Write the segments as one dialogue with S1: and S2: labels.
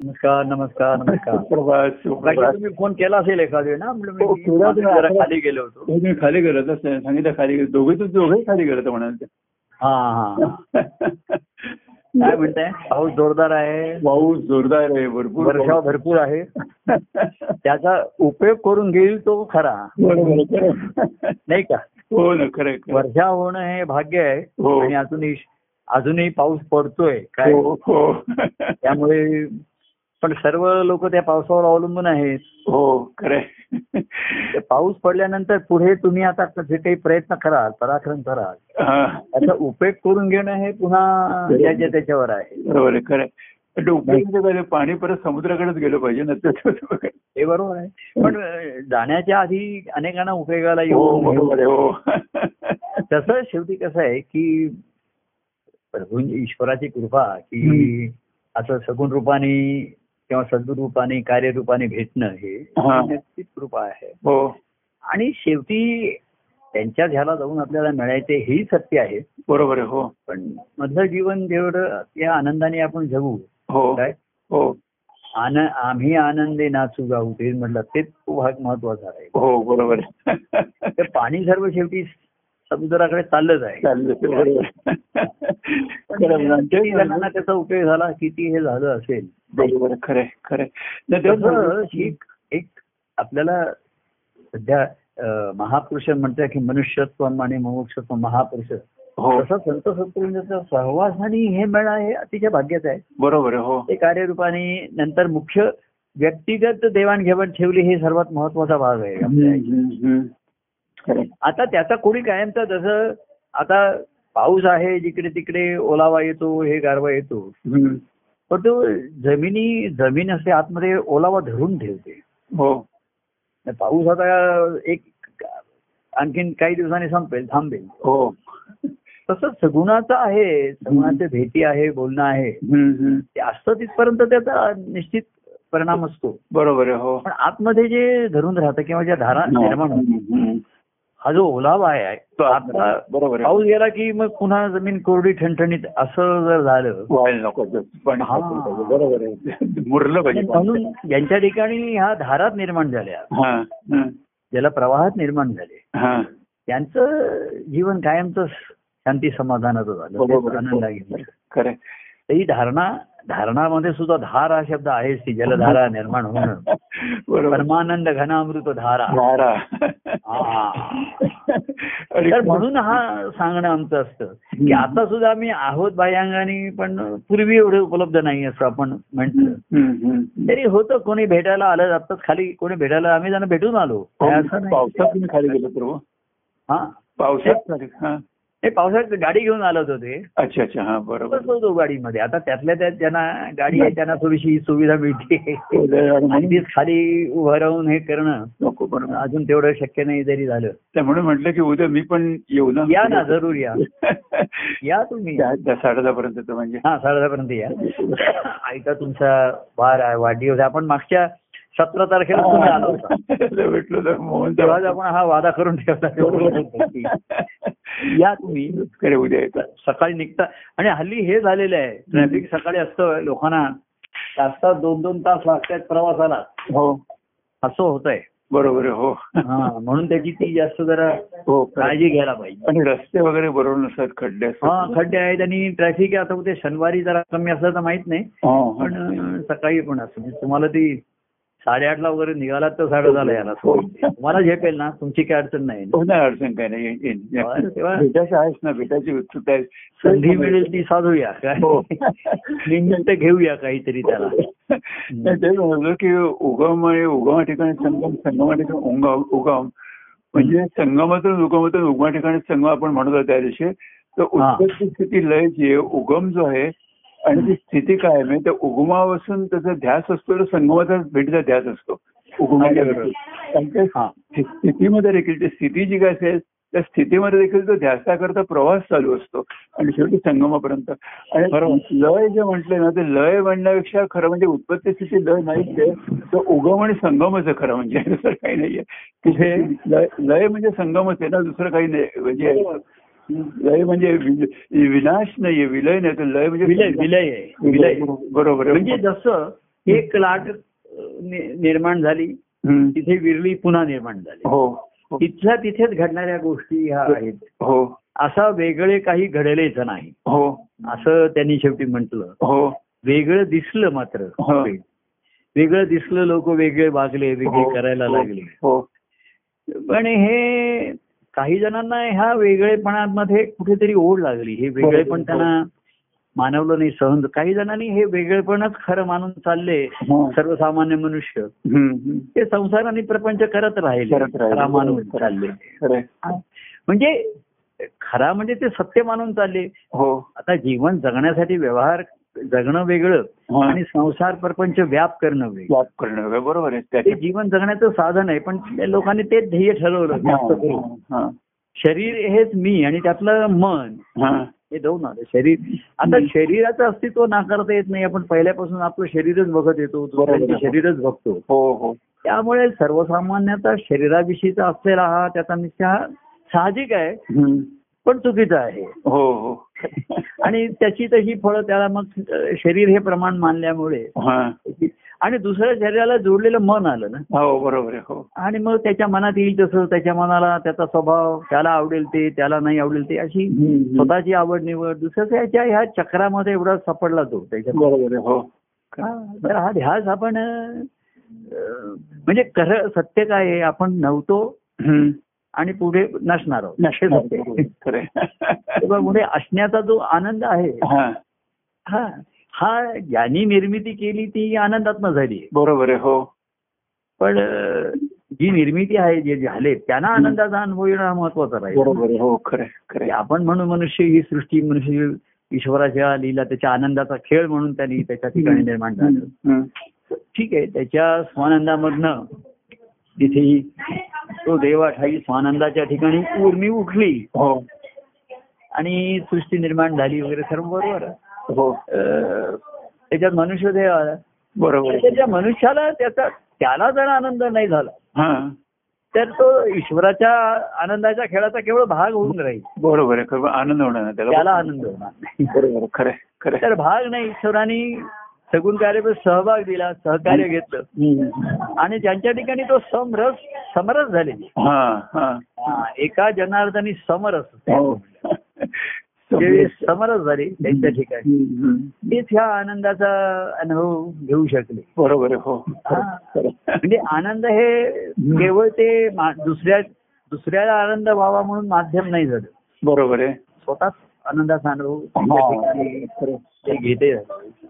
S1: नमस्कार नमस्कार नमस्कार
S2: सुप्रभात
S1: बाकी
S2: सुप्रभात
S1: तुम्ही फोन केला असेल एखादी ना म्हणलं
S2: हो,
S1: मी
S2: केला
S1: मागे
S2: होता.
S1: जरा खाली गेलो होतो
S2: हे तुम्ही खाली करत असं सांगितलं खाली करत दोघे तर दोघे खाली करत म्हणाल ते.
S1: हा हा काय म्हणताय पाऊस जोरदार आहे
S2: पाऊस जोरदार आहे भरपूर
S1: वर्षाव
S2: पाऊस.
S1: भरपूर आहे त्याचा उपयोग करून घेईल तो खरा
S2: बरोबर, खरं.
S1: नाही का
S2: हो ना खरं आहे, खरं आहे.
S1: वर्षा होणं हे भाग्य आहे
S2: हो.
S1: आणि अजूनही अजूनही पाऊस पडतोय काय
S2: हो हो
S1: त्यामुळे पण सर्व लोक त्या पावसावर अवलंबून आहेत
S2: हो खरं आहे.
S1: ते पाऊस पडल्यानंतर पुढे तुम्ही आता जे काही प्रयत्न कराल पराक्रम कराल
S2: हा.
S1: त्याचा उपयोग करून घेणं हे पुन्हा ज्याच्या त्याच्यावर आहे
S2: बरोबर आहे, खरं आहे. पण डोक्याचं काय आहे, पाणी परत समुद्राकडेच गेलं पाहिजे ना त्याच्यात
S1: हे बरोबर आहे पण अं, जाण्याच्या आधी अनेकांना उपयोगाला
S2: हो
S1: येऊ
S2: बरोबर आहे हो
S1: तसं शेवटी कसं आहे की प्रभूंची ईश्वराची कृपा की असं सगुण रूपाने किंवा सद्गुण रूपाने कार्यरूपाने भेटणं हे
S2: हा.
S1: नक्कीच कृपा आहे
S2: हो
S1: आणि शेवटी त्यांच्या ह्याला जाऊन आपल्याला मिळायचे हेही सत्य आहे
S2: बरोबर आहे हो
S1: पण मधलं जीवन जेवढं या आनंदाने आपण जगू
S2: हो
S1: काय
S2: हो
S1: आन आम्ही आनंदे नाचू गाऊ ते म्हटलं तेच तो भाग महत्वाचा आहे
S2: हो बरोबर आहे
S1: ते पाणी सर्व शेवटी समुद्राकडे चाललंच आहे
S2: चाललं ते बरोबर
S1: पण किती
S2: आहे.
S1: जणांना त्याचा उपयोग झाला किती हे झालं असेल
S2: बरोबर आहे, खरं आहे, खरं आहे. नाही, तेच बरोबर.
S1: तसं ही एक आपल्याला सध्या अं, महापुरुष म्हणतात की मनुष्यत्व आणि मोक्षत्व महापुरुष
S2: हो
S1: तसं संत सत्पुरुषांचा सहवास आणि हे मेळा हे अतिशय भाग्याचं आहे
S2: बरोबर आहे, हो
S1: ते कार्यरूपाने नंतर मुख्य व्यक्तिगत देवाणघेवाण ठेवली हे सर्वात महत्वाचा भाग आहे
S2: हम्म,
S1: आपल्या ह्याच्यात.
S2: हम्म, हम्म. खरं आहे.
S1: आता त्याचा कोणी कायमचा जसं आता पाऊस आहे जिकडे तिकडे ओलावा येतो हे गारवा येतो
S2: हम्म.
S1: पण तो जमिनी जमीन असते आतमध्ये ओलावा धरून ठेवते
S2: हो
S1: आणि पाऊस आता एक आणखीन काही दिवसांनी संपेल थांबेल
S2: हो
S1: तसंच सगुणाचं आहे सगुणाचे भेटी आहे बोलणं आहे
S2: हम्म, हम्म.
S1: ते असतं तिथपर्यंत त्याचा निश्चित परिणाम असतो
S2: बरोबर आहे, हो
S1: पण आतमध्ये जे धरून राहतं किंवा ज्या धारा निर्माण होतात,
S2: हम्म, हम्म.
S1: हा जो ओलावा आहे तो आता
S2: बरोबर आहे.
S1: पाऊस गेला की मग पुन्हा जमीन कोरडी ठणठणीत असं जर झालं
S2: व्हायला नको ते. पण
S1: हा.
S2: बरोबर आहे मुरलं
S1: आणि
S2: पाहिजे
S1: म्हणून यांच्या ठिकाणी ह्या धारात निर्माण झाल्या
S2: हा हा,
S1: ज्याला प्रवाहात निर्माण झाले
S2: हा.
S1: त्यांचं जीवन कायमचं शांती समाधानाचं झालं
S2: हो, बरोबर
S1: ते
S2: आहे.
S1: आनंद घेतलं
S2: खरं आहे.
S1: तर ही धारणा धारणामध्ये सुद्धा धार हा शब्द आहेच ती जलधारा निर्माण होणं
S2: बरोबर
S1: परमानंद घनामृत धारा
S2: वारा. आणि
S1: तर म्हणून हा सांगणं आमचं असतं की आता सुद्धा आम्ही आहोत बाह्यांगाने पण पूर्वी एवढे उपलब्ध नाही असं आपण म्हटलं
S2: हम्म, हम्म.
S1: तरी होतं कोणी भेटायला आलं आताच खाली कोणी भेटायला आम्ही त्यांना भेटून आलो काय असं हो, नाही.
S2: पावसात तुम्ही खाली गेलो प्रभू
S1: हा
S2: पावसात खाली हा
S1: ते पावसाळ्यात गाडी घेऊन आलो होतो ते
S2: अच्छा अच्छा हा बरोबर
S1: बसलो होतो गाडीमध्ये आता त्यातल्या त्यात ज्यांना गाडी आहे त्यांना थोडीशी सुविधा मिळते अगदीच खाली उभं राहून हे करणं
S2: नको बरोबर
S1: अजून तेवढं शक्य नाही जरी झालं
S2: त्या म्हणून म्हटलं की उद्या मी पण येऊ ना
S1: या ना जरूर या या तुम्ही
S2: दहा- दहा- साडे दहा पर्यंत म्हणजे
S1: हा साडेदहापर्यंत या ऐका तुमचा वार आहे वाढदिवस आहे. आपण मागच्या सतरा तारखेला तुम्ही आलो होता
S2: भेटलो तर मोहन
S1: तेव्हाच आपण हा वादा करून ठेवला या तुम्ही
S2: खरे उद्या येतात
S1: सकाळी निघता आणि हल्ली हे झालेलं आहे ट्रॅफिक सकाळी असतं लोकांना तास तास दोन दोन तास लागतात प्रवासाला
S2: हो
S1: असं होत आहे
S2: बरोबर आहे, हो
S1: म्हणून त्याची ती जास्त जरा
S2: हो खरं आहे.
S1: काळजी घ्यायला पाहिजे
S2: आणि रस्ते वगैरे बरोबर नसतात खड्डे असतात.
S1: हा खड्डे आहेत आणि ट्रॅफिक आता उद्या शनिवारी जरा कमी असलं तर माहित नाही
S2: हा, हा.
S1: पण अं, सकाळी पण असं म्हणजे तुम्हाला ती साडेआठला वगैरे निघालात तर साडेदहाला याला
S2: हो.
S1: तुम्हाला झेपेल ना तुमची काही अडचण नाही
S2: हो ना अडचण काय नाही येईन, येईन.
S1: बरं, तेव्हा-
S2: भेटायचं आहेच ना भेटायची उत्सुकता आहे
S1: संधी मिळेल ती साधूया काय
S2: हो.
S1: निमित्त घेऊया काहीतरी त्याला
S2: नाही, तेच म्हणलं की उगम आणि उगमा ठिकाणी संगम संगमा ठिकाणी उंगम उगम म्हणजे संगमातून उगमातून उगमा ठिकाणी संगम आपण म्हणतो त्या दिवशी तर
S1: हा.
S2: उत्पत्ती स्थिती लय जी आहे उगम जो आहे आणि ती स्थिती काय आहे म्हणजे त्या उगमापासून त्याचा ध्यास असतो तर संगमाचा भेटीचा ध्यास असतो उगमाच्या
S1: बरोबर.
S2: भेटीत. आणि त्या
S1: हा
S2: स्थि- स्थितीमध्ये देखील ती स्थिती जी काय असेल त्या स्थितीमध्ये देखील तो ध्यासाकरता प्रवास चालू असतो आणि शेवटी संगमापर्यंत आणि
S1: बरोबर.
S2: लय जे म्हटलंय ना ते लय म्हणण्यापेक्षा खरं म्हणजे उत्पत्ती स्थिती लय नाहीच ते तो उगम आणि संगमच आहे खरं म्हणजे दुसरं काही नाहीये तिथे लय लय म्हणजे संगमच आहे ना दुसरं काही नाही म्हणजे लय म्हणजे वि- विनाश नाहीये विलय नाही तर लय म्हणजे
S1: विलय विलय आहे विलय
S2: बरोबर आहे.
S1: म्हणजे जसं ही एक लाट अं, नि- निर्माण झाली
S2: हम्म.
S1: तिथे विरली पुन्हा निर्माण झाली
S2: हो हो.
S1: तिथल्या तिथेच घडणाऱ्या गोष्टी ह्या आहेत
S2: हो
S1: असा वेगळे काही घडलेच नाही
S2: हो
S1: असं त्यांनी शेवटी म्हटलं
S2: हो
S1: वेगळं दिसलं मात्र
S2: हा.
S1: वेगळं दिसलं लोक वेगळे वागले वेगळे
S2: हो.
S1: करायला
S2: हो.
S1: लागले
S2: हो
S1: पण हे काही जणांना ह्या वेगळेपणामध्ये कुठेतरी ओढ लागली हे वेगळेपण
S2: हो.
S1: त्यांना मानवलं नाही सहन काही जणांनी हे वेगळेपणच खरं मानून चालले
S2: हो.
S1: सर्वसामान्य मनुष्य
S2: हम्म, हम्म.
S1: ते संसार आणि प्रपंच करत राहिले
S2: करत राहिले.
S1: खरा मानून चालले
S2: खरंय.
S1: म्हणजे खरा म्हणजे ते सत्य मानून चालले
S2: हो
S1: आता जीवन जगण्यासाठी व्यवहार जगणं वेगळं
S2: हा.
S1: आणि संसार प्रपंच व्याप करणं वेगळं
S2: जॉब हो. करणं वगैरे बरोबर आहे
S1: ते
S2: त्याच्या
S1: जीवन जगण्याचं साधन आहे पण त्या लोकांनी तेच ध्येय ठरवलं जास्त करून
S2: हो, हा,
S1: शरीर हेच मी आणि त्यातलं मन
S2: हा, हा.
S1: हे दोन आलं शरीर आता शरीराचं अस्तित्व नाकारता येत नाही आपण पहिल्यापासून आपलं शरीरच बघत येतो
S2: बरोबर.
S1: दुसऱ्यांचं शरीरच बघतो
S2: हो हो
S1: त्यामुळे सर्वसामान्याचा शरीराविषयीचा असलेला हा त्याचा निश्चय हा साहजिक आहे
S2: हम्म.
S1: पण चुकीचा आहे
S2: हो हो
S1: आणि त्याची तशी फळं त्याला मग अ, शरीर हे प्रमाण मानल्यामुळे
S2: हा
S1: आणि दुसऱ्या शरीराला जोडलेलं मन आलं ना
S2: हो बरोबर आहे हो
S1: आणि मग त्याच्या मनात येईल तसं त्याच्या मनाला त्याचा स्वभाव त्याला आवडेल ते त्याला नाही आवडेल ते अशी
S2: स्वतः-
S1: स्वतःची आवड निवड दुसऱ्याच्या ह्याच्या ह्या चक्रामध्ये एवढा सापडला तो त्याच्या
S2: बरोबर आहे हो
S1: तर हा ध्यास आपण अं, म्हणजे खरं सत्य काय आहे आपण नव्हतो
S2: हम्म.
S1: आणि पुढे नसणार आहोत हे
S2: नसणार
S1: सत्य
S2: बरोबर
S1: आहे.
S2: आहे. खरंय.
S1: तेव्हा पुढे असण्याचा जो आनंद आहे
S2: हा
S1: हा हा ज्यांनी निर्मिती केली ती आनंदात्मक झाली आहे.
S2: बरोबर आहे हो
S1: पण अं, जी निर्मिती आहे जे झाले त्यांना आनंदाचा अनुभव येणं हा महत्वाचा राहील
S2: बरोबर आहे हो खरं खरं
S1: की आपण म्हणून मनुष्य ही सृष्टी मनुष्य ईश्वराच्या लीला त्याच्या आनंदाचा खेळ म्हणून त्यांनी त्याच्या ठिकाणी निर्माण झालं ठीक आहे त्याच्या स्वानंदामधनं तिथेही तो देवा ठाई स्वानंदाच्या ठिकाणी उर्मी उठली
S2: हो
S1: आणि सृष्टी निर्माण झाली वगैरे सर्व बरोबर आहे.
S2: हो
S1: अं, त्याच्यात मनुष्य देव आला
S2: बरोबर
S1: तर
S2: आहे
S1: त्याच्या मनुष्याला त्याचा त्याला जर आनंद नाही झाला
S2: हा
S1: तर तो ईश्वराच्या आनंदाच्या खेळाचा केवळ भाग होऊन राहील
S2: बरोबर आहे खरं आनंद होणार ना त्याला
S1: त्याला आनंद होणार नाही
S2: बरोबर आहे. खरं आहे. खरं आहे.
S1: तर भाग नाही ईश्वराने सगुण कार्य सहभाग दिला सहकार्य घेतलं
S2: हम्म.
S1: आणि ज्यांच्या ठिकाणी तो समरस समरस झाले
S2: हा हा
S1: हा, एका जनार्दनी समरस
S2: हो
S1: जे समरस झाले त्यांच्या ठिकाणी
S2: हम्म, हम्म.
S1: तेच ह्या आनंदाचा अनुभव घेऊ शकले
S2: बरोबर आहे हो खरं
S1: हा.
S2: खरं.
S1: म्हणजे आनंद हे केवळ ते मा- दुसऱ्या दुसऱ्याला आनंद व्हावा म्हणून माध्यम नाही झालं
S2: बरोबर आहे
S1: स्वतःच आनंदाचा अनुभव त्यांच्या ठिकाणी
S2: खरं
S1: ते घेते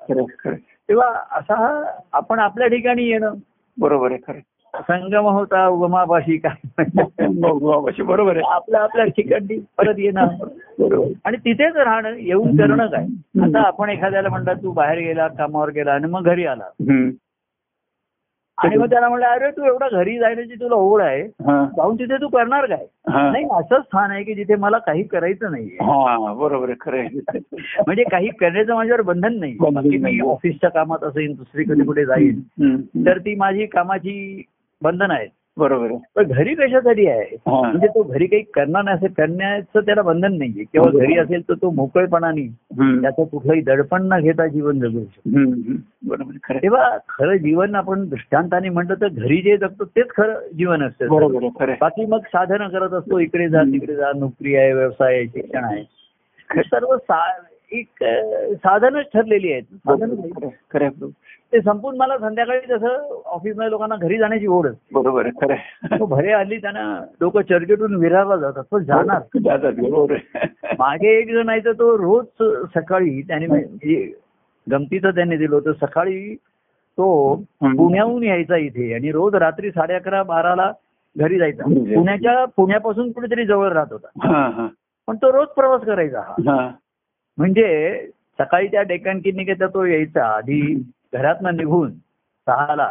S2: खरं खरं
S1: तेव्हा असा हा आपण आपल्या ठिकाणी येणं
S2: बरोबर आहे खरं
S1: संगम होता उगमापाशी काय
S2: मग बाबाशी बरोबर आहे
S1: आपल्या आपल्या ठिकाणी परत येणं
S2: बरोबर आहे.
S1: आणि तिथेच राहणं येऊन करणं काय आता आपण एखाद्याला म्हणतात तू बाहेर गेला कामावर गेला आणि मग घरी आला
S2: हम्म.
S1: आणि मग त्याला म्हणलं अरे तू एवढा घरी जाण्याची तुला ओढ आहे
S2: हा
S1: जाऊन तिथे तू करणार काय
S2: हा हो.
S1: नाही असं स्थान आहे की जिथे मला काही करायचं नाहीये
S2: हा बरोबर आहे खरं आहे
S1: म्हणजे काही करण्याचं माझ्यावर बंधन नाही
S2: बंधन
S1: बाकी मी
S2: नाही.
S1: ऑफिसच्या कामात असेल दुसरीकडे कुठे जाईल
S2: हम्म.
S1: तर ती माझी कामाची बंधन आहेत
S2: बरोबर आहे
S1: पण घरी कशासाठी आहे
S2: हा.
S1: म्हणजे तो घरी काही करणार नाही असं करण्याचं त्याला बंधन नाहीये किंवा घरी असेल तर तो मोकळेपणाने
S2: हम्म.
S1: त्याचं कुठलंही दडपण न घेता जीवन जगू शकतो
S2: हम्म, हम्म. बरोबर आहे, खरं आहे.
S1: तेव्हा खरं जीवन आपण दृष्टांताने म्हटलं तर घरी जे जगतो तेच खरं जीवन असतं
S2: बरोबर आहे खरं आहे.
S1: बाकी मग साधनं करत असतो इकडे जा तिकडे जा नोकरी आहे व्यवसाय आहे शिक्षण आहे हे सर्व सा- एक अं, साधनच ठरलेली आहेत साधन
S2: बरोबर आहे, खरं आहे, खरं आहे.
S1: ते संपून मला संध्याकाळी जसं ऑफिसमध्ये लोकांना घरी जाण्याची ओढ असते
S2: बरोबर आहे खरं आहे.
S1: तो भरे आली त्यांना लोक चर्चेतून विरारला जातात पण जाणार
S2: जातात बरोबर आहे
S1: मागे एक जण आहे तर तो रोज सकाळी त्याने म्हणजे गमतीचं त्याने दिलं होतं सकाळी तो
S2: हम्म.
S1: पुण्याहून यायचा इथे आणि रोज रात्री साडे अकरा बाराला घरी जायचा
S2: म्हणजे?
S1: पुण्याच्या पुण्यापासून कुठेतरी जवळ राहत होता
S2: हा हा
S1: पण तो रोज प्रवास करायचा हा
S2: हा
S1: म्हणजे सकाळी त्या डेक्कन किडनिकेचा तो यायचा आधी घरातनं निघून सहाला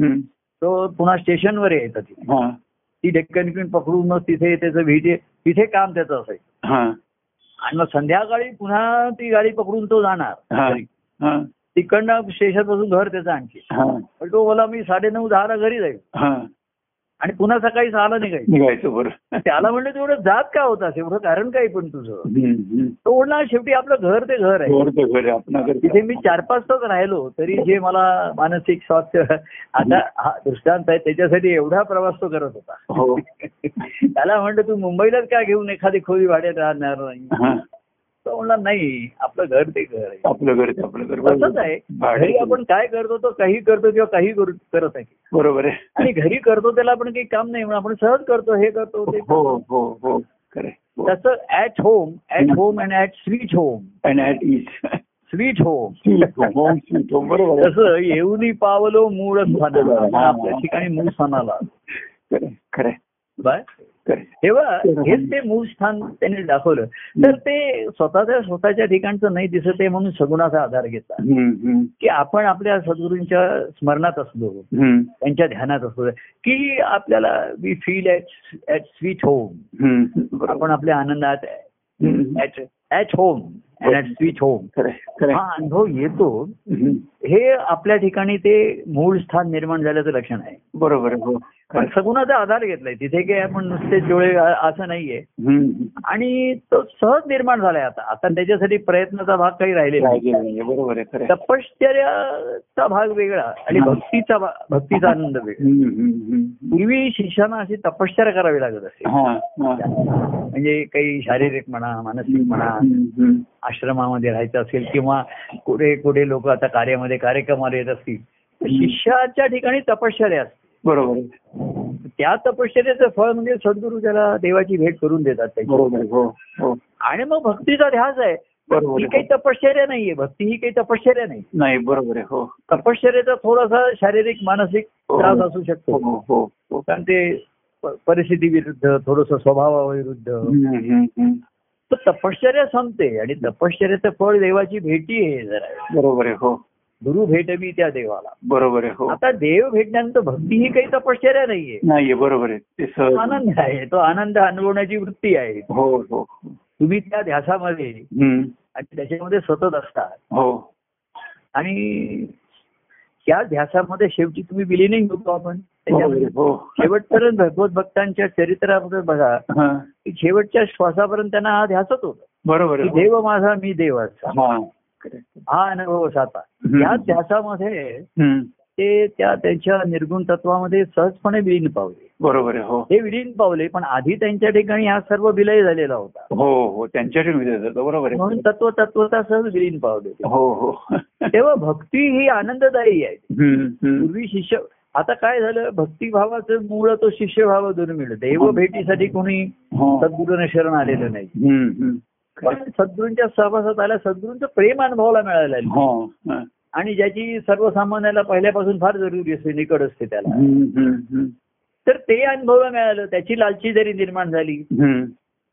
S2: हम्म.
S1: तो पुन्हा स्टेशनवर यायचा तिथे
S2: हा
S1: ती डेक्कन किड पकडून मग तिथे त्याचं व्हिजे तिथे काम त्याचं असायचं
S2: हा
S1: आणि मग संध्याकाळी पुन्हा ती गाडी पकडून तो
S2: हा
S1: जाणार
S2: हा
S1: तिकडनं स्टेशन पासून घर त्याचं आणखी
S2: हा
S1: पण तो बोला मी साडे नऊ दहाला घरी जाईल
S2: हा
S1: आणि पुन्हा सकाळी सहाला निघायचं
S2: निघायचं बरं
S1: त्याला म्हणलं तू एवढं जात का होतास एवढं कारण काय पण तुझं
S2: हम्म, हम्म.
S1: तो म्हणला शेवटी आपलं घर ते घर आहे
S2: घर ते घर आहे, आपण अगर
S1: तिथे मी चार पाच तास राहिलो तरी जे मला मानसिक स्वास्थ्य आता हा दृष्टांत आहे त्याच्यासाठी एवढा प्रवास तो करत होता
S2: हो
S1: त्याला म्हणलं तू मुंबईलाच का घेऊन एखादी खोली भाड्यात राहणार नाही
S2: हा.
S1: तो म्हणला नाही आपलं घर ते घर आहे
S2: आपलं घर ते आपलं घर
S1: तसंच आहे घरी आपण काय करतो तो काही करतो किंवा काही करू- करत आहे
S2: बरोबर आहे
S1: आणि घरी करतो त्याला आपण काही काम नाही म्हणून आपण सहज करतो हे करतो ते
S2: हो हो हो खरं आहे. हो.
S1: तसं at home at home and at sweet home
S2: And at ease.
S1: स्वीट होम
S2: Sweet home, home sweet home, बरोबर आहे.
S1: तसं येऊनी पावलो मूळ स्थानाला आपण आपल्या ठिकाणी मूळ स्थानाला
S2: खरं आहे, खरं आहे,
S1: बाय
S2: खरं आहे.
S1: तेव्हा हेच ते मूळ स्थान त्यांनी दाखवलं तर ते स्वतःच्या स्वतःच्या ठिकाणचं नाही दिसत आहे म्हणून सगुणाचा आधार घेतला
S2: हम्म, हम्म,
S1: की आपण आपल्या सद्गुरूंच्या स्मरणात असलो
S2: हम्म,
S1: त्यांच्या ध्यानात असलो की आपल्याला we feel at at sweet home
S2: हम्म, बरोबर.
S1: आपण आपल्या आनंदात
S2: हम्म,
S1: at at home and at sweet home
S2: खरं आहे, खरं आहे.
S1: हा अनुभव येतो
S2: हम्म,
S1: हे आपल्या ठिकाणी ते मूळ स्थान निर्माण झाल्याचं लक्षण आहे
S2: बरोबर आहे, हो खरं
S1: पण
S2: आहे.
S1: सगुणाचा आधार घेतलाय तिथे काही आपण नुसते डोळे अ- असं नाहीये
S2: हम्म,
S1: आणि तो सहज निर्माण झालाय आता आता त्याच्यासाठी प्रयत्नाचा भाग काही राहिलेला नाही
S2: राहिलेलं नाहीये, बरोबर आहे खरं आहे.
S1: तपश्चर्याचा भाग वेगळा आणि भक्तीचा भा- भक्तीचा आनंद वेगळा
S2: हम्म, हम्म, हम्म.
S1: पूर्वी शिष्यांना अशी तपश्चर्या करावी लागत असे
S2: हा, हा.
S1: म्हणजे काही शारीरिक म्हणा मानसिक
S2: हम्म,
S1: म्हणा
S2: हम्म, हम्म.
S1: आश्रमामध्ये राहायचं असेल किंवा कुठे कुठे लोक आता कार्यामध्ये कार्यक्रमाला येत असतील तर शिष्याच्या ठिकाणी तपश्चर्या असते
S2: बरोबर आहे,
S1: त्या तपश्चर्याचं फळ म्हणजे सद्गुरू त्याला देवाची भेट करून देतात त्याची
S2: बरोबर आहे, हो हो
S1: आणि मग भक्तीचा ध्यास आहे
S2: बरोबर
S1: ही
S2: आहे.
S1: काही तपश्चर्या नाहीये भक्ती ही काही तपश्चर्या नाही
S2: नाही बरोबर आहे हो
S1: तपश्चर्याचा थोडासा शारीरिक मानसिक त्रास असू
S2: हो
S1: शकतो
S2: हो हो
S1: कारण ते प- परिस्थिती विरुद्ध थोडस स्वभावाविरुद्ध
S2: हम्म, हम्म, हम्म.
S1: तर तपश्चर्या संपते आणि तपश्चर्याचं फळ देवाची भेटी आहे जरा
S2: बरोबर आहे हो
S1: गुरु भेटवी त्या देवाला
S2: बरोबर आहे हो
S1: आता देव भेटल्यानंतर भक्ती ही काही तपश्चर्या नाहीये
S2: नाहीये बरोबर आहे ते
S1: तो
S2: सहज
S1: आनंद आहे तो आनंद अनुभवण्याची वृत्ती आहे
S2: हो हो
S1: तुम्ही त्या ध्यासामध्ये
S2: हम्म.
S1: आणि त्याच्यामध्ये सतत असतात
S2: हो
S1: आणि त्या ध्यासामध्ये शेवटी तुम्ही विलीनही होतो आपण त्याच्यामध्ये
S2: बरोबर, हो
S1: शेवटपर्यंत भगवत भक्तांच्या चरित्रामध्ये बघा
S2: हा.
S1: की शेवटच्या श्वासापर्यंत त्यांना हा ध्यासच होता
S2: बरोबर
S1: की
S2: आहे हो.
S1: देव माझा मी देवाचा
S2: हा Correct.
S1: हा अनुभव साचा
S2: हम्म.
S1: या ध्यासामध्ये
S2: हम्म.
S1: ते त्या त्यांच्या निर्गुण तत्वामध्ये सहजपणे विलीन पावले
S2: बरोबर आहे हो
S1: हे विलीन पावले पण आधी त्यांच्या ठिकाणी हा सर्व विलय झालेला होता
S2: हो हो त्यांच्या ठेवी जातो बरोबर आहे
S1: म्हणून तत्व तत्वता सहज विलीन पावले ते.
S2: हो हो
S1: तेव्हा भक्ती ही आनंददायी आहे
S2: हम्म, हम्म.
S1: पूर्वी शिष्य आता काय झालं भक्तिभावाचं मूळ तो शिष्यभाव दोन मिळत देव भेटीसाठी कोणी
S2: हो.
S1: सद्गुरूने शरण आलेलं नाही
S2: हम्म, हम्म.
S1: पण सद्गुरूंच्या सहवासात आल्या सद्गुरूंचं प्रेम अनुभवाला मिळालं आहे.
S2: हो हा.
S1: आणि ज्याची सर्वसामान्याला पहिल्यापासून फार जरुरी असते निकड असते त्याला
S2: हम्म, हम्म, हम्म.
S1: तर ते अनुभवाला मिळालं त्याची लालची जरी निर्माण झाली
S2: हम्म.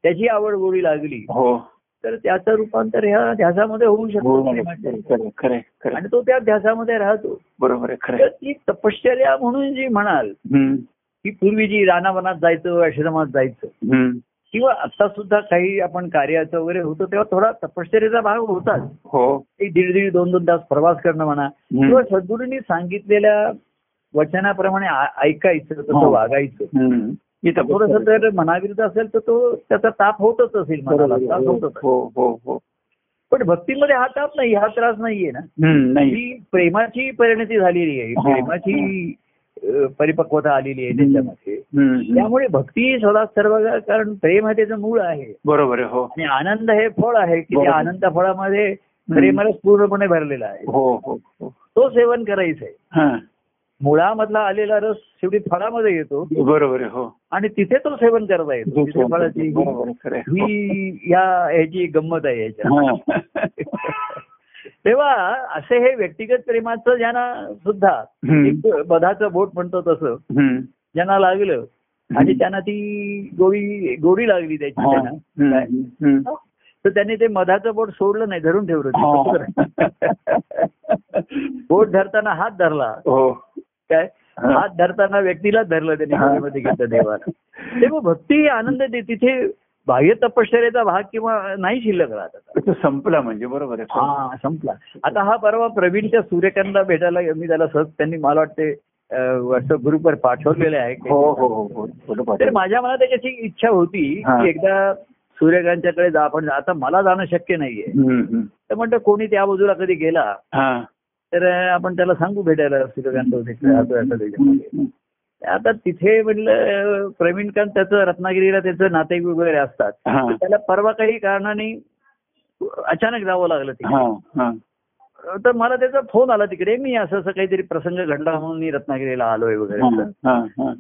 S1: त्याची आवड गोडी लागली
S2: हो
S1: तर त्याचं रूपांतर ह्या ध्यासामध्ये होऊ
S2: हो
S1: शकतो
S2: खरं खरं खरं
S1: आणि तो त्या ध्यासामध्ये राहतो
S2: बरोबर आहे खरं
S1: तर ती तपश्चर्या म्हणून जी म्हणाल
S2: हम्म,
S1: की पूर्वी जी रानावनात जायचं आश्रमात जायचं
S2: हम्म.
S1: किंवा आता सुद्धा काही आपण कार्याचं वगैरे होतो तेव्हा थोडा तपश्चर्याचा भाग होताच
S2: हो
S1: एक दीड दीड दोन दोन तास प्रवास करणं म्हणा किंवा सद्गुरूंनी सांगितलेल्या वचनाप्रमाणे आ- ऐकायचं तसं
S2: हो.
S1: वागायचं
S2: हम्म. इथं
S1: थोडस जर मनाविरुद्ध असेल तर तो त्याचा ताप होतच असेल मनाला
S2: बरोबर
S1: त्रास
S2: आहे.
S1: होतच
S2: हो हो हो
S1: पण भक्तीमध्ये हा ताप नाही हा त्रास नाहीये ना
S2: हम्म, नाही हो.
S1: ही प्रेमाची परिणती झालेली आहे
S2: हा.
S1: प्रेमाची अ, परिपक्वता आलेली आहे त्याच्यामध्ये
S2: हम्म, हम्म.
S1: त्यामुळे भक्ती ही सदा सर्व कारण प्रेम हे त्याचं मूळ आहे
S2: बरोबर आहे हो
S1: आणि आनंद हे फळ आहे की त्या
S2: बरोबर.
S1: आनंद फळामध्ये प्रेमाला पूर्णपणे भरलेला आहे
S2: हो हो हो
S1: तो सेवन करायचं आहे
S2: हा.
S1: मुळामधला आलेला रस शेवटी फळामध्ये येतो
S2: बरोबर आहे हो
S1: आणि तिथे तो सेवन करता येतो तिथे फळाची
S2: बरोबर हो. आहे, खरं आहे. हो.
S1: ही या ह्याची गंमत आहे याच्या
S2: हा.
S1: तेव्हा असे हे व्यक्तिगत प्रेमाचं ज्यांना सुद्धा
S2: हम्म.
S1: एक बधाचं बोट म्हणतो तसं
S2: हम्म.
S1: ज्यांना लागलं आणि त्यांना ती गोडी गोडी लागली त्याची
S2: हा.
S1: त्यांना
S2: हम्म, हम्म.
S1: तर त्यांनी ते मधाचं बोट सोडलं नाही धरून ठेवलं
S2: हो.
S1: ते.
S2: हा.
S1: बोट धरताना हात धरला
S2: हो
S1: काय
S2: हा.
S1: हात धरताना व्यक्तीला धरलं त्यांनी
S2: हा.
S1: गोडीमध्ये घेतलं देवाला तेव्हा भक्ती ही आनंद दे तिथे बाह्य तपश्चर्याचा भाग किंवा नाही शिल्लक राहत आता.
S2: तो संपला म्हणजे बरोबर आहे
S1: हा संपला आता हा परवा प्रवीणच्या सूर्यकांतला भेटायला मी त्याला सहज त्यांनी मला वाटते व्हॉट्सअप ग्रुपवर पाठवलेलं
S2: हो
S1: आहे
S2: हो हो हो
S1: तर
S2: फोटो पाठव.
S1: माझ्या मनात त्याची इच्छा होती
S2: हा.
S1: की एकदा सूर्यकांतच्याकडे जा आपण आता मला जाणं शक्य नाहीये
S2: हम्म, हम्म.
S1: तर म्हणतो कोणी त्या बाजूला कधी गेला
S2: हा.
S1: तर आपण त्याला सांगू भेटायला सूर्यकांत होते का, असं असं त्याच्यामध्ये.
S2: हम्म,
S1: आता तिथे म्हणलं प्रवीणकांत त्याचं रत्नागिरीला त्याचं नातेवाईक वगैरे असतात
S2: हा.
S1: तर त्याला परवा काही कारणाने अचानक जावं लागलं तिकडे
S2: हा, हा.
S1: तर मला त्याचा फोन आला तिकडे मी असं असं काहीतरी प्रसंग घडला म्हणून मी रत्नागिरीला आलोय वगैरे
S2: हा, हा, हा.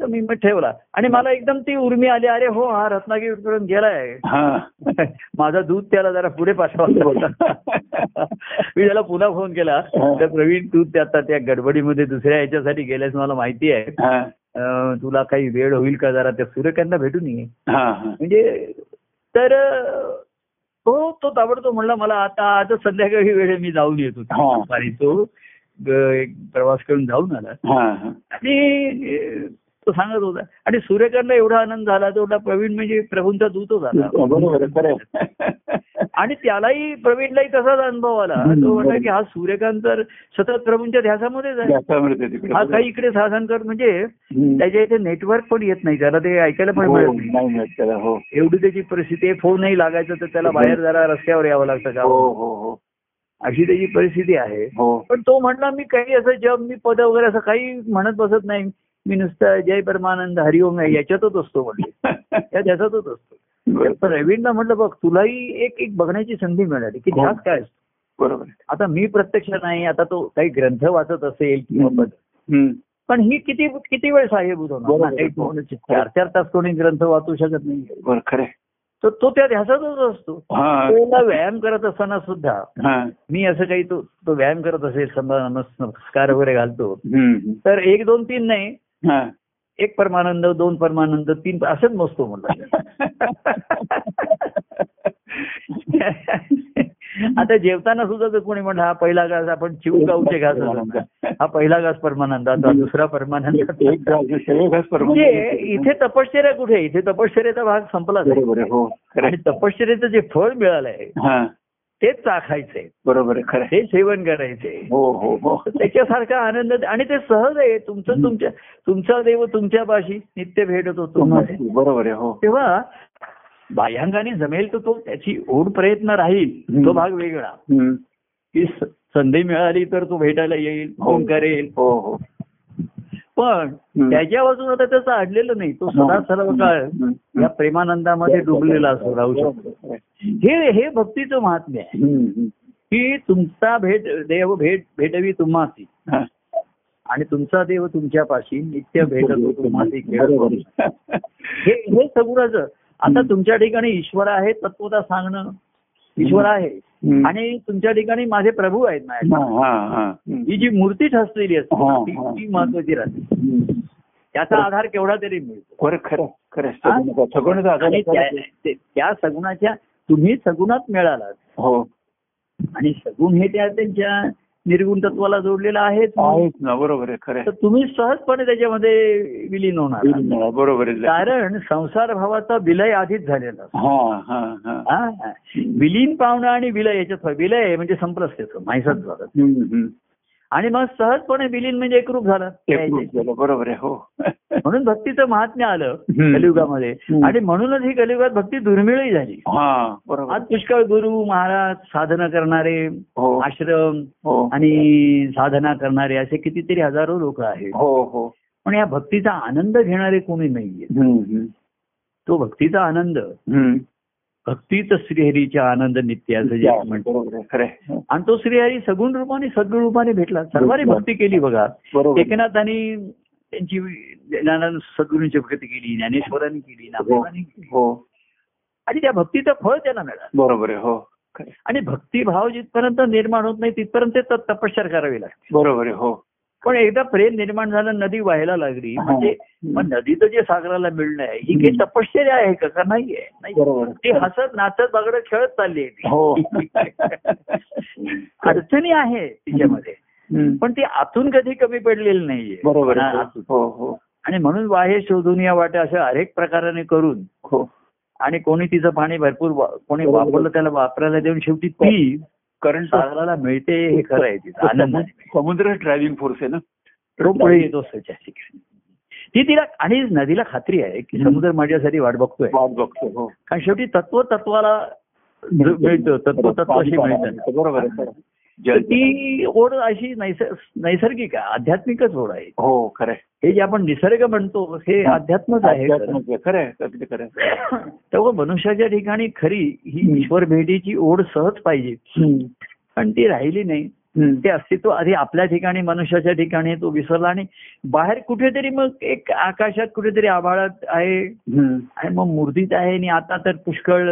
S1: तर मी मग ठेवला आणि मला एकदम ती उर्मी आली अरे हो हा रत्नागिरीकडून गेलाय
S2: हा.
S1: माझा दूध त्याला जरा पुढे पाठवायला होता मी त्याला पुन्हा फोन केला तर प्रवीण तू त्या आता त्या गडबडीमध्ये दुसऱ्या याच्यासाठी गेल्यास मला माहिती आहे
S2: हा,
S1: अं, तुला काही वेळ होईल का जरा त्या सूर्यकांना भेटून ये
S2: हा, हा.
S1: म्हणजे तर अं, तो तो ताबडतोब म्हणला मला आता आज संध्याकाळी वेळ आहे, मी जाऊन येतो
S2: हा.
S1: दुपारी तो अं, एक प्रवास करून जाऊन आला
S2: हा, हा.
S1: आणि अं, तो सांगत होता आणि सूर्यकांना एवढा आनंद झाला तेवढा प्रवीण म्हणजे प्रभूंचा दूतच झाला
S2: बरोबर आहे, खरं आहे.
S1: आणि त्यालाही प्रवीणलाही तसाच अनुभव आला
S2: हम्म, हो.
S1: तो म्हणला
S2: बरोबर.
S1: की हा सूर्यकांत तर सतत प्रभूंच्या ध्यासामध्येच आहे
S2: जास्त आहे तिकडे.
S1: हा काही इकडे साधन कर म्हणजे
S2: हो. हम्म.
S1: त्याच्या इथे नेटवर्क पण येत नाही त्याला ते ऐकायला पण
S2: हो,
S1: मिळत नाही
S2: नाही मिळत त्याला, हो
S1: एवढी त्याची परिस्थिती आहे फोनही लागायचा तर त्याला बाहेर जरा रस्त्यावर यावं लागतं
S2: हो
S1: का
S2: हो हो
S1: अशी त्याची परिस्थिती आहे
S2: हो
S1: पण तो म्हणला मी काही असं जप मी पद वगैरे असं काही म्हणत बसत नाही मी नुसतं जय परमानंद हरिओम आहे याच्यातच असतो म्हणले त्या त्याच्यातच असतो तर
S2: बरोबर
S1: प्रवीणला म्हटलं बघ तुलाही एक एक बघण्याची संधी मिळाली की
S2: हो.
S1: ध्यास काय असतो
S2: बरोबर आहे.
S1: आता मी प्रत्यक्ष नाही आता तो काही ग्रंथ वाचत असेल किंवा
S2: हम्म.
S1: पद
S2: हम्म.
S1: पण ही किती किती वेळ साहेबूत होणार
S2: बरोबर.
S1: ना? एक दोन- चार चार तास कोणी ग्रंथ वाचू शकत नाही
S2: बरं खरं आहे.
S1: तर तो त्या ध्यासातच असतो
S2: हा
S1: त्याला व्यायाम करत असताना सुद्धा
S2: हा
S1: मी असं काही तो तो व्यायाम करत असेल समजा नमस्कार वगैरे घालतो
S2: हम्म.
S1: तर एक दोन तीन नाही
S2: हा.
S1: एक परमानंद दोन परमानंद तीन असंच मोजतो म्हणलं आता जेवताना सुद्धा जर कोणी म्हणलं हा पहिला घास आपण चिऊ गाऊचे घास असतात. हा पहिला घास परमानंदाचा दुसरा परमानंदाचा
S2: एक गाव सगळे घास परमानंद
S1: म्हणजे
S2: आहे.
S1: इथे तपश्चर्या कुठे आहे? इथे तपश्चर्याचा भाग संपलाच आहे
S2: बरोबर आहे हो खरं
S1: आणि
S2: आहे.
S1: तपश्चर्याचं जे फळ मिळालंय
S2: हा
S1: तेच चाखायचंय
S2: बरोबर आहे खरं आहे.
S1: ते सेवन करायचंय
S2: हो हो हो
S1: त्याच्यासारखा आनंद आणि ते सहज आहे तुमचं तुमच्या तुमचा देव तुमच्या पाशी नित्य भेटत होतो मध्ये.
S2: बरोबर आहे हो
S1: तेव्हा बाह्यांगाने जमेल तर तो त्याची ओढ प्रयत्न राहील तो
S2: हम्म.
S1: भाग वेगळा
S2: हम्म. हो.
S1: की स- संधी मिळाली तर तो भेटायला येईल फोन करेल
S2: हो हो
S1: पण
S2: हम्म. हो.
S1: त्याच्या बाजून आता त्याचं अडलेलं नाही तो सदा सर्व काळ
S2: हम्म. हो.
S1: या प्रेमानंदामध्ये डुबलेला असतो राहू शकतो
S2: बरोबर आहे.
S1: हे हे भक्तीचं महात्म्य आहे
S2: हम्म, हम्म.
S1: की तुमचा भेट देव भेट भेटवी तुम्हासी
S2: हा.
S1: आणि तुमचा देव तुमच्या पाशी नित्य भेटतो तुम्हासी खेळ
S2: बरोबर आहे.
S1: हे हे सगुणाचं आता तुमच्या ठिकाणी ईश्वर आहे तत्वता सांगणं ईश्वर आहे
S2: हम्म.
S1: आणि तुमच्या ठिकाणी माझे प्रभू आहेत माझ्या
S2: हा हा हा
S1: ही जी मूर्ती ठसलेली असते
S2: हा,
S1: ना, ती
S2: हा.
S1: ती महत्वाची राहते
S2: हम्म.
S1: त्याचा आधार केवढा तरी मिळतो
S2: बरं खरं खरं
S1: हा?
S2: सगुणाचा सगुणाचा आधार
S1: आणि
S2: खरं
S1: त्या
S2: आहे.
S1: ते- त्या सगुणाच्या तुम्ही सगुणात मिळालात
S2: हो
S1: आणि सगुण हे त्या त्यांच्या निर्गुण तत्वाला जोडलेलं आहेच
S2: आहेच ना बरोबर आहे खरं
S1: तर
S2: आहे.
S1: तुम्ही सहजपणे त्याच्यामध्ये विलीन होणार आहात.
S2: बिलकुल, बरोबर आहे
S1: कारण संसार भावाचा विलय आधीच झालेला असतो.
S2: हा हा हा
S1: हा. विलीन पावणं आणि विलय याच्यात विलय म्हणजे संपलंच त्याचं माहिसाच झालं
S2: हम्म, हम्म.
S1: आणि मग सहजपणे विलीन म्हणजे एकरूप झालं
S2: एकरूप झालं, बरोबर आहे हो
S1: म्हणून भक्तीचं महात्म्य आलं
S2: हम्म.
S1: कलियुगामध्ये
S2: हम्म.
S1: आणि म्हणूनच ही कलियुगात भक्ती दुर्मिळही झाली
S2: हा बरोबर
S1: आज पुष्कळ गुरु महाराज साधना करणारे
S2: हो
S1: आश्रम
S2: हो
S1: आणि साधना करणारे असे कितीतरी हजारो लोक आहेत
S2: हो हो
S1: पण या भक्तीचा आनंद घेणारे कोणी नाहीये
S2: हम्म, हम्म.
S1: तो भक्तीचा आनंद
S2: हम्म.
S1: भक्तीच श्रीहरीचा आनंद नित्य असं जे आपण म्हणतो
S2: बरोबर आहे खरं आहे. हो,
S1: आणि तो श्रीहरी सगुण रूपाने सद्गुण रूपाने भेटला सर्वांनी भक्ती केली बघा
S2: बरोबर आहे.
S1: एकनाथांनी त्यांची ज्ञानानं सद्गुरूंची भक्ती केली ज्ञानेश्वरांनी केली नामदेवांनी केली
S2: हो
S1: आणि त्या भक्तीचं फळ त्यांना मिळालं
S2: बरोबर आहे हो खरं आहे.
S1: आणि भक्तिभाव जिथपर्यंत निर्माण होत नाही तिथपर्यंत ते त- तपश्चर्या करावी लागते
S2: बरोबर आहे हो
S1: पण एकदा प्रेम निर्माण झालं नदी व्हायला लागली
S2: हा.
S1: म्हणजे मग नदीचं जे सागराला मिळणं आहे ही काही तपश्चर्या आहे का? का नाहीये नाही
S2: बरोबर
S1: ती हसत नाचत बागडत खेळत चालली आहे ती.
S2: हो
S1: अडचणी आहे तिच्यामध्ये
S2: हम्म.
S1: पण ती आतून कधी कमी पडलेली नाहीये
S2: बरोबर आहे
S1: आतून.
S2: हो हो
S1: आणि म्हणून वाहे शोधून या वाट्या अशा हरेक प्रकाराने करून
S2: हो
S1: आणि कोणी तिचं पाणी भरपूर वा- कोणी
S2: बरोबर. हो.
S1: वापरलं त्याला वापरायला देऊन शेवटी ती
S2: कारण तो हो.
S1: सागराला मिळते हे खरं आहे तिचं आनंद
S2: समुद्र ड्रायव्हिंग फोर्स आहे ना
S1: तो पुढे येतो त्याच्या ठिकाणी ती तिला आणि नदीला खात्री आहे की
S2: हम्म.
S1: समुद्र माझ्यासाठी वाट बघतोय
S2: वाट बघतो हो
S1: कारण शेवटी तत्व तत्वाला जो मिळतं तत्व तत्व अशी मिळतात
S2: बरोबर आहे, बरोबर आहे.
S1: तर ती ओढ अशी नैसर्- नैसर्गिक आहे आध्यात्मिकच ओढ आहे
S2: हो खरं आहे.
S1: हे जे आपण निसर्ग म्हणतो हे अध्यात्मच आहे खरं.
S2: आध्यात्मिक आहे, खरं आहे अगदी खरं आहे.
S1: तेव्हा मनुष्याच्या ठिकाणी खरी ही
S2: हम्म.
S1: ईश्वर भेटीची ओढ सहज पाहिजे पण ती राहिली नाही
S2: हम्म.
S1: ते अस्तित्व आधी आपल्या ठिकाणी मनुष्याच्या ठिकाणी तो विसरला आणि बाहेर कुठेतरी मग एक आकाशात कुठेतरी आभाळात आहे
S2: हम्म.
S1: आणि मग मूर्तीत आहे आणि आता तर पुष्कळ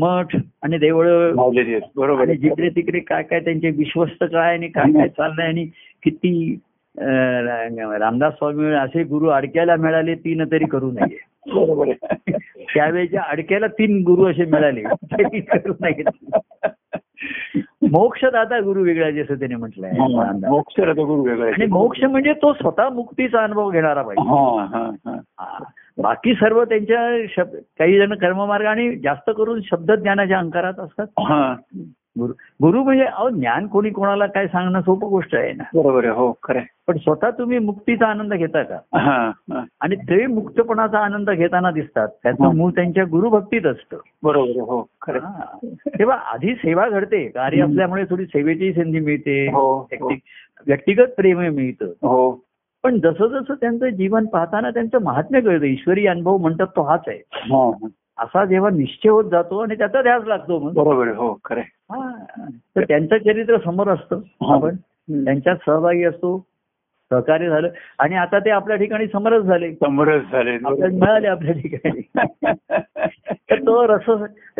S1: मठ आणि देवळं
S2: लावलेली आहे, बरोबर
S1: आणि
S2: आहे.
S1: जिकडे तिकडे काय काय त्यांचे विश्वस्त काय आणि काय काय चाललंय आणि किती अं, रा- रामदास स्वामी असे गुरु अडक्याला मिळाले तीन तरी करू नये
S2: बरोबर आहे.
S1: त्यावेळेच्या अडक्याला तीन गुरु असे मिळाले तरी करू नये मोक्षदाता गुरु वेगळा जसं त्याने
S2: हा,
S1: म्हटलंय
S2: मोक्ष रथ गुरु वेगळा आहे.
S1: आणि मोक्ष म्हणजे तो स्वतः मुक्तीचा अनुभव घेणारा पाहिजे
S2: हा, हा, हा.
S1: हा. बाकी सर्व त्यांच्या शब्द काही जण कर्ममार्ग आणि जास्त करून शब्द ज्ञानाच्या अंकारात असतात
S2: हा,
S1: गुरु गुरु म्हणजे अहो ज्ञान कोणी कोणाला काय सांगणं सोपं गोष्ट आहे ना
S2: बरोबर आहे हो खरं आहे.
S1: पण स्वतः तुम्ही मुक्तीचा आनंद घेता का
S2: हा, हा.
S1: आणि ते मुक्तपणाचा आनंद घेताना दिसतात
S2: हा.
S1: त्याचं मूळ त्यांच्या गुरुभक्तीत असतं
S2: बरोबर आहे हो खरं आहे.
S1: हा. तेव्हा आधी सेवा घडते कार्य
S2: हम्म.
S1: असल्यामुळे थोडी सेवेची संधी मिळते
S2: हो, हो.
S1: व्यक्तिक- व्यक्तिगत प्रेम मिळतं
S2: हो
S1: पण जसं जसं त्यांचं जीवन पाहताना त्यांचं महात्म्य कळतं ईश्वरी अनुभव म्हणतात तो हाच आहे
S2: हा, हा.
S1: असा जेव्हा निश्चय होत जातो आणि त्याचा ध्यास लागतो मग
S2: बरोबर आहे हो खरं आहे.
S1: हा. तर त्यांचं चरित्र समोर असतं
S2: हा.
S1: आपण त्यांच्यात सहभागी असतो सहकार्य झालं आणि आता ते आपल्या ठिकाणी समरस झाले
S2: हो. समरस झाले
S1: आपल्याला मिळाले आपल्या ठिकाणी
S2: हा.
S1: तर तो रस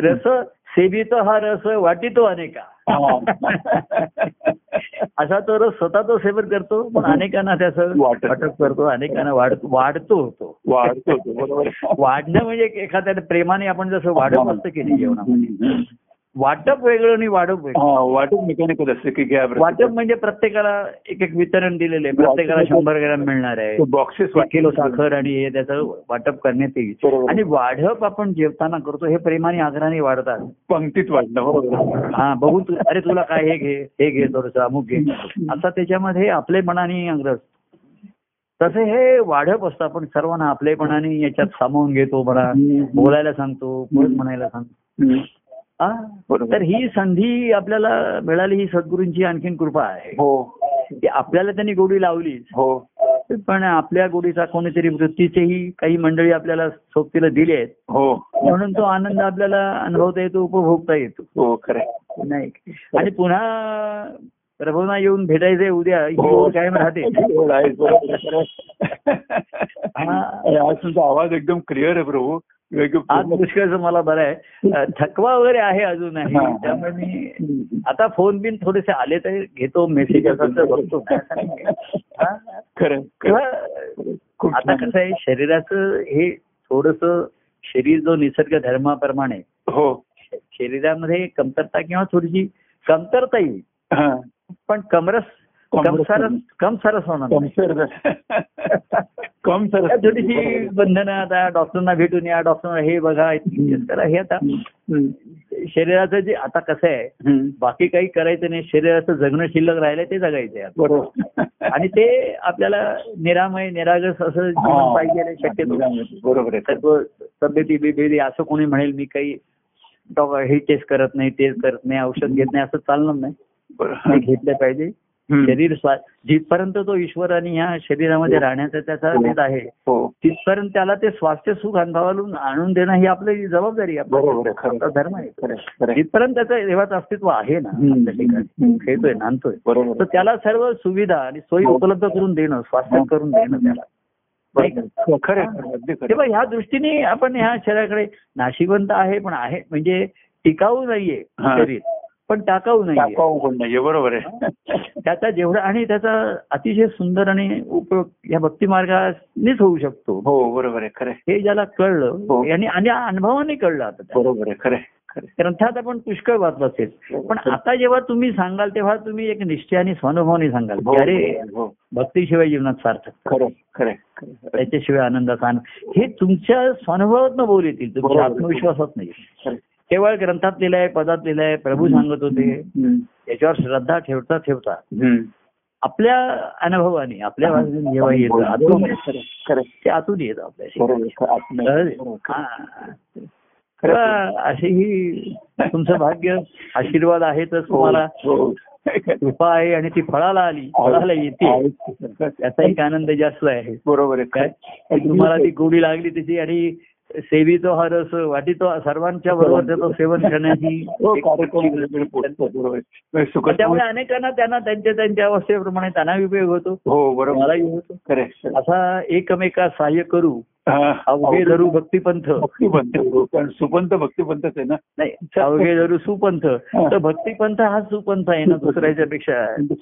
S1: रस सेवितो हा रस वाटितो अनेका असा तो रस स्वतः तो सेवन करतो पण अनेकांना त्याचं
S2: वाटत.
S1: वाटप करतो अनेकांना वाढ- वाढतो होतो
S2: वाढतो तो, बरोबर आहे.
S1: वाढणं म्हणजे एक एखाद्या प्रेमाने आपण जसं वाढप असतं की नाही जेवणामध्ये
S2: हम्म.
S1: वाटप वेगळं आणि वाढप वेगळं
S2: हा, वाटप मेकॅनिकल असते की गॅप
S1: वाटप म्हणजे प्रत्येकाला एक एक वितरण दिलेलं आहे प्रत्येकाला शंभर ग्रॅम मिळणार आहे
S2: बॉक्सेस
S1: एक किलो साखर आणि हे त्याचं वाटप करण्यात येईल
S2: बरोबर.
S1: आणि वाढप आपण जेवताना करतो हे प्रेमाने आग्रहाने वाढतात
S2: पंक्तीत वाढणं बरोबर
S1: हा बघू तू अरे तुला काय हे घे हे घे थोडस अमुक घे आता त्याच्यामध्ये आपले मनाने आग्रह असतो. तसे हे वाढप असतं आपण सर्वांना आपलेपणाने याच्यात सामावून घेतो म्हणा
S2: हम्म.
S1: बोलायला सांगतो परत म्हणायला सांगतो
S2: हम्म.
S1: हा.
S2: बरोबर.
S1: तर ही संधी आपल्याला मिळाली ही सद्गुरूंची आणखीन कृपा आहे
S2: हो
S1: की आपल्याला त्यांनी गोडी लावली
S2: हो
S1: पण आपल्या गोडीचा कोणीतरी वृत्तीचेही काही मंडळी आपल्याला सोबतीला दिले आहेत
S2: हो
S1: म्हणून तो आनंद आपल्याला अनुभवता येतो उपभोगता येतो
S2: हो खरं आहे.
S1: नाही
S2: हो.
S1: आणि पुन्हा प्रभूंना येऊन भेटायचंय उद्या ही ओढ कायम राहते
S2: हो, आहे, बरोबर आहे, खरं आहे.
S1: हा.
S2: अरे, आज तुमचा आवाज एकदम क्लिअर आहे प्रभू एकदम
S1: आज
S2: पूर्ण-
S1: पुष्कळच मला बरं आहे अ, थकवा वगैरे आहे अजूनही
S2: हा, हा.
S1: त्यामुळे मी आता फोन बिन थोडेसे आले तर घेतो मेसेज असेल तर बघतो हा.
S2: खरं खरं
S1: तेव्हा
S2: खूप
S1: आता
S2: छान.
S1: कसं आहे शरीराचं हे थोडस शरीर जो निसर्ग धर्माप्रमाणे
S2: हो
S1: शरीरामध्ये कमतरता किंवा थोडीशी कमतरता येईल
S2: हा.
S1: पण कमरस कमसारस कमसारस होणार नाही.
S2: कमसर कमसर
S1: त्यात थोडीशी बंधनं आता डॉक्टरना भेटून या डॉक्टर हे बघा
S2: हम्म.
S1: तर हे आता शरीराचं जे आता कसं आहे बाकी काही करायचं नाही शरीराचं जगणं शिल्लक राहिलंय ते जगायचंय आता.
S2: बरोबर
S1: आणि ते आपल्याला निरामय निरागस असं जीवन पाहिजे शक्यतो
S2: बरोबर आहे
S1: तर तो तब्येती बिबेती असं कोणी म्हणेल मी काही डॉ- हे टेस्ट करत नाही तेच करत नाही औषध घेत नाही असं चालणार नाही ते घेतलं पाहिजे शरीर स्वा जिथपर्यंत तो ईश्वर आणि ह्या शरीरामध्ये राहण्याचा त्याचा भेद आहे
S2: हो
S1: तिथपर्यंत त्याला ते स्वास्थ्य सुख अनुभवालून आणून देणं ही आपली जबाबदारी आहे, आपला-
S2: बरोबर आहे खरं
S1: आपला धर्म आहे
S2: खरं खरं
S1: जिथपर्यंत त्याचं देवाचं अस्तित्व आहे ना
S2: हम्म.
S1: आपल्या ठिकाणी
S2: हम्म.
S1: खेळतोय नांदतोय
S2: बरोबर
S1: तर त्याला सर्व सुविधा आणि सोयी
S2: हो.
S1: उपलब्ध करून देणं स्वास्थ्य
S2: हो.
S1: करून देणं त्याला नाही का?
S2: खरं खरं अगदी
S1: तेव्हा
S2: खरं
S1: ह्या दृष्टीने आपण ह्या शरीराकडे नाशिवंत आहे पण आहे म्हणजे टिकाऊ नाहीये
S2: हा.
S1: शरीर पण टाकाऊ नाहीये
S2: टाकाऊ पण नाहीये बरोबर आहे
S1: त्याचा जेवढा आणि त्याचा अतिशय सुंदर आणि उपयोग या भक्ती मार्गानेच होऊ शकतो
S2: हो बरोबर आहे खरं
S1: हे ज्याला कळलं
S2: हो.
S1: यांनी आणि या अनुभवाने कळलं आता त्या.
S2: बरोबर आहे खरं खरं
S1: ग्रंथात आपण पुष्कळ वाचत असेल पण
S2: हो.
S1: आता जेव्हा तुम्ही सांगाल तेव्हा तुम्ही एक निश्चयाने स्वानुभवाने सांगाल की अरे
S2: हो
S1: भक्तीशिवाय जीवनात सार्थक
S2: खरं खरं खरं
S1: त्याच्याशिवाय आनंदाचा आनंद हे तुमच्या स्वानुभवातनं बोल येतील तुमच्या
S2: बरोबर.
S1: आत्मविश्वासात नाही
S2: खरं
S1: केवळ ग्रंथात लिहिलंय पदात लिहिलंय प्रभू सांगत होते
S2: हम्म.
S1: याच्यावर श्रद्धा ठेवता ठेवता
S2: हम्म.
S1: आपल्या अनुभवाने आपल्या भाषेतून जेव्हा येतं आतून
S2: खरं, खरं,
S1: ते आतून येतं आपल्या
S2: खरं,
S1: शरीरात.
S2: खरं, आत्म-
S1: तर,
S2: खरं, खरं,
S1: हा. तर
S2: खरं.
S1: अशी ही तुमचं भाग्य आशीर्वाद आहे तर तुम्हाला
S2: हो, हो.
S1: कृपा आहे आणि ती फळाला आली फळाला येते त्याचा एक आनंद जास्त आहे
S2: बरोबर आहे
S1: काय
S2: काय
S1: तुम्हाला ती गोडी लागली त्याची आणि सेवीचो हा रस वाटीतो सर्वांच्या बरोबर त्याचं सेवन करण्याची
S2: हो,
S1: एक-
S2: कार्यक्रम वेगवेगळे पोहोचतात, बरोबर आहे. सुखद-
S1: त्यामुळे अनेकांना त्यांना त्यांच्या त्यांच्या अवस्थेप्रमाणे त्यांना उपयोग होतो
S2: हो बरोबर
S1: मलाही होतो
S2: खरं आहे, खरं आहे.
S1: असा एकमेका सहाय्य करू
S2: हा,
S1: अवघे धरू भक्तीपंथ
S2: भक्तिपंत हो, कारण सुपंत भक्तिपंतच आहे ना
S1: अच्छा। नाही अवघे धरू सुपंथ तर भक्तीपंथ हा सुपंथ आहे ना दुसऱ्याच्या पेक्षा
S2: पण तो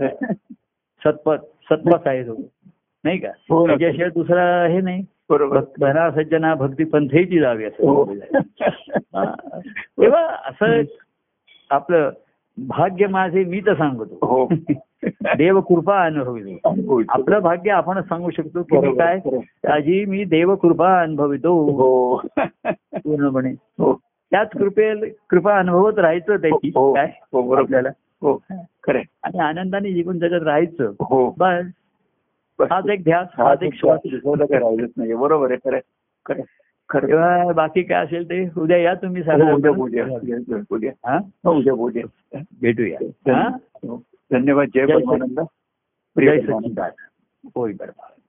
S2: आहे
S1: सत्पथ सत्पथ आहे तो नाही का
S2: हो ना.
S1: त्याच्याशिवाय दुसरा हे नाही
S2: बरोबर तो-
S1: भक्त- घरा सज्जना भक्तीपंथेची जावी असं
S2: हो.
S1: म्हटलेलं आहे. हा. तेव्हा असं आपलं भाग्य माझे मी तर सांगतो
S2: हो
S1: देव कृपा अनुभवितो
S2: अनुभवितो.
S1: आपलं भाग्य आपण सांगू शकतो की मी
S2: बरोबर,
S1: काय
S2: बरोबर.
S1: आजी मी देव कृपा अनुभवितो
S2: हो
S1: पूर्णपणे
S2: हो
S1: त्याच कृपे कृपा अनुभवत राहायचं त्याची
S2: हो,
S1: काय
S2: हो, बरोबर.
S1: आपल्याला
S2: हो खरे
S1: आणि आनंदाने जीवन जगत राहायचं
S2: हो
S1: बस
S2: बस.
S1: हाच एक ध्यास
S2: हा
S1: हाच एक श्वास
S2: दुसऱ्याला काही राहिलंच नाही बरोबर आहे खरं आहे, खरं आहे, खरं आहे.
S1: तेव्हा बाकी काय असेल ते उद्या या तुम्ही
S2: हो,
S1: सांगा
S2: उद्या बोलूया उद्या बोलूया
S1: हा?
S2: हो, उद्या बोलूया
S1: भेटूया हा?
S2: धन्य- हो. धन्यवाद जय
S1: जय
S2: परमानंद
S1: जय
S2: परमानंद.
S1: सच्चिदानंद होय बरोबर